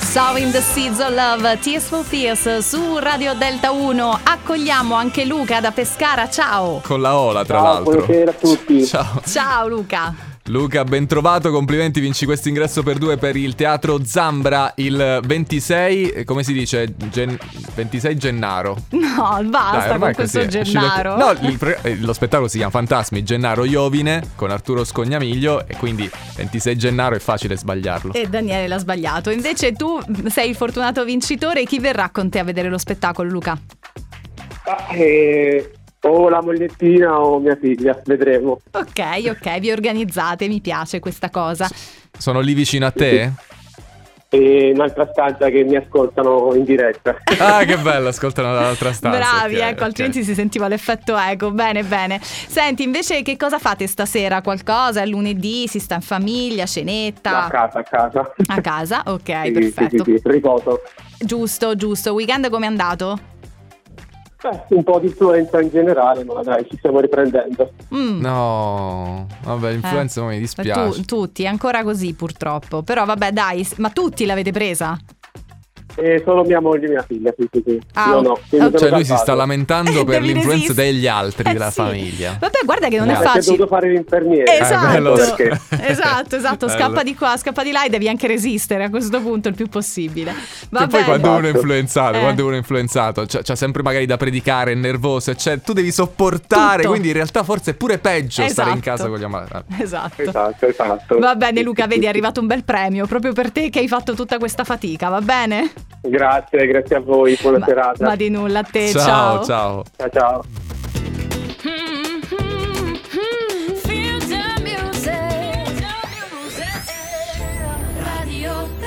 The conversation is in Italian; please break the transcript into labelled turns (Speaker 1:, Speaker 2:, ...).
Speaker 1: Sowing the Seeds of Love, Tears for Fears su Radio Delta 1. Accogliamo anche Luca da Pescara. Ciao.
Speaker 2: Con la Ola, tra
Speaker 3: Ciao,
Speaker 2: l'altro.
Speaker 3: buonasera a tutti.
Speaker 2: Ciao.
Speaker 1: Ciao Luca.
Speaker 2: Luca, ben trovato, complimenti, vinci questo ingresso per due per il Teatro Zambra il 26, eh, come si dice? Gen- 26 Gennaro.
Speaker 1: No,
Speaker 2: Dai,
Speaker 1: basta con
Speaker 2: ormai
Speaker 1: questo
Speaker 2: così è.
Speaker 1: Gennaro.
Speaker 2: Uscito- No, il pro- eh, lo spettacolo si chiama Fantasmi Gennaro Iovine con Arturo Scognamiglio e quindi 26 Gennaro è facile sbagliarlo.
Speaker 1: E Daniele l'ha sbagliato. Invece tu sei il fortunato vincitore. Chi verrà con te a vedere lo spettacolo, Luca?
Speaker 3: Ah, eh, o la mogliettina o mia figlia, vedremo.
Speaker 1: Ok, ok, vi organizzate, mi piace questa cosa.
Speaker 2: Sono lì vicino a te?
Speaker 3: E un'altra stanza che mi ascoltano in diretta.
Speaker 2: Ah, che bello, ascoltano dall'altra stanza.
Speaker 1: Bravi,
Speaker 2: ok,
Speaker 1: ecco,
Speaker 2: ok.
Speaker 1: altrimenti si sentiva l'effetto eco. Bene, bene. Senti, invece che cosa fate stasera? Qualcosa? È lunedì, si sta in famiglia,
Speaker 3: A
Speaker 1: cenetta?
Speaker 3: casa, a casa.
Speaker 1: A casa? Ok,
Speaker 3: Sì,
Speaker 1: perfetto.
Speaker 3: Sì, sì, sì, riposo.
Speaker 1: Giusto, giusto. Weekend com'è andato?
Speaker 3: Eh, un po' di influenza in generale, ma dai, ci stiamo riprendendo.
Speaker 1: Mm.
Speaker 2: No, vabbè, influenza
Speaker 1: Eh,
Speaker 2: mi dispiace.
Speaker 1: Tu- tutti, ancora così purtroppo. Però vabbè, dai, s- ma tutti l'avete presa?
Speaker 3: E solo mia moglie e mia figlia, sì, sì, sì.
Speaker 1: Ah,
Speaker 3: Io no,
Speaker 1: ok.
Speaker 3: quindi
Speaker 1: Cioè,
Speaker 3: sono
Speaker 2: Cioè lui si
Speaker 3: salvato.
Speaker 2: sta lamentando
Speaker 1: Eh,
Speaker 2: per
Speaker 1: devi
Speaker 2: l'influenza
Speaker 1: resistere.
Speaker 2: degli altri
Speaker 1: Eh,
Speaker 2: della
Speaker 1: sì.
Speaker 2: famiglia.
Speaker 1: Vabbè, guarda che non è
Speaker 2: No.
Speaker 3: Eh, perché ho
Speaker 1: facile.
Speaker 3: dovuto fare l'infermiere.
Speaker 2: Eh, bello,
Speaker 1: Esatto,
Speaker 2: perché-
Speaker 1: esatto, esatto.
Speaker 2: Bello.
Speaker 1: Scappa di qua, scappa di là e devi anche resistere a questo punto il più possibile. Va
Speaker 2: che poi
Speaker 1: bene.
Speaker 2: quando uno è
Speaker 3: Esatto.
Speaker 2: influenzato,
Speaker 1: Eh.
Speaker 2: quando uno è influenzato, c'ha, c'ha sempre magari da predicare, è nervoso, eccetera. Tu devi sopportare,
Speaker 1: Tutto.
Speaker 2: quindi in realtà forse è pure peggio stare
Speaker 1: Esatto.
Speaker 2: in casa con gli ammalati.
Speaker 1: Esatto.
Speaker 3: Esatto, esatto.
Speaker 1: Va bene Luca, vedi è arrivato un bel premio proprio per te che hai fatto tutta questa fatica, va bene?
Speaker 3: Grazie, grazie a voi, buona
Speaker 1: Ma-
Speaker 3: serata.
Speaker 1: Ma di nulla a te,
Speaker 2: ciao. ciao.
Speaker 3: Ciao, ciao.
Speaker 4: Feel the music. Radio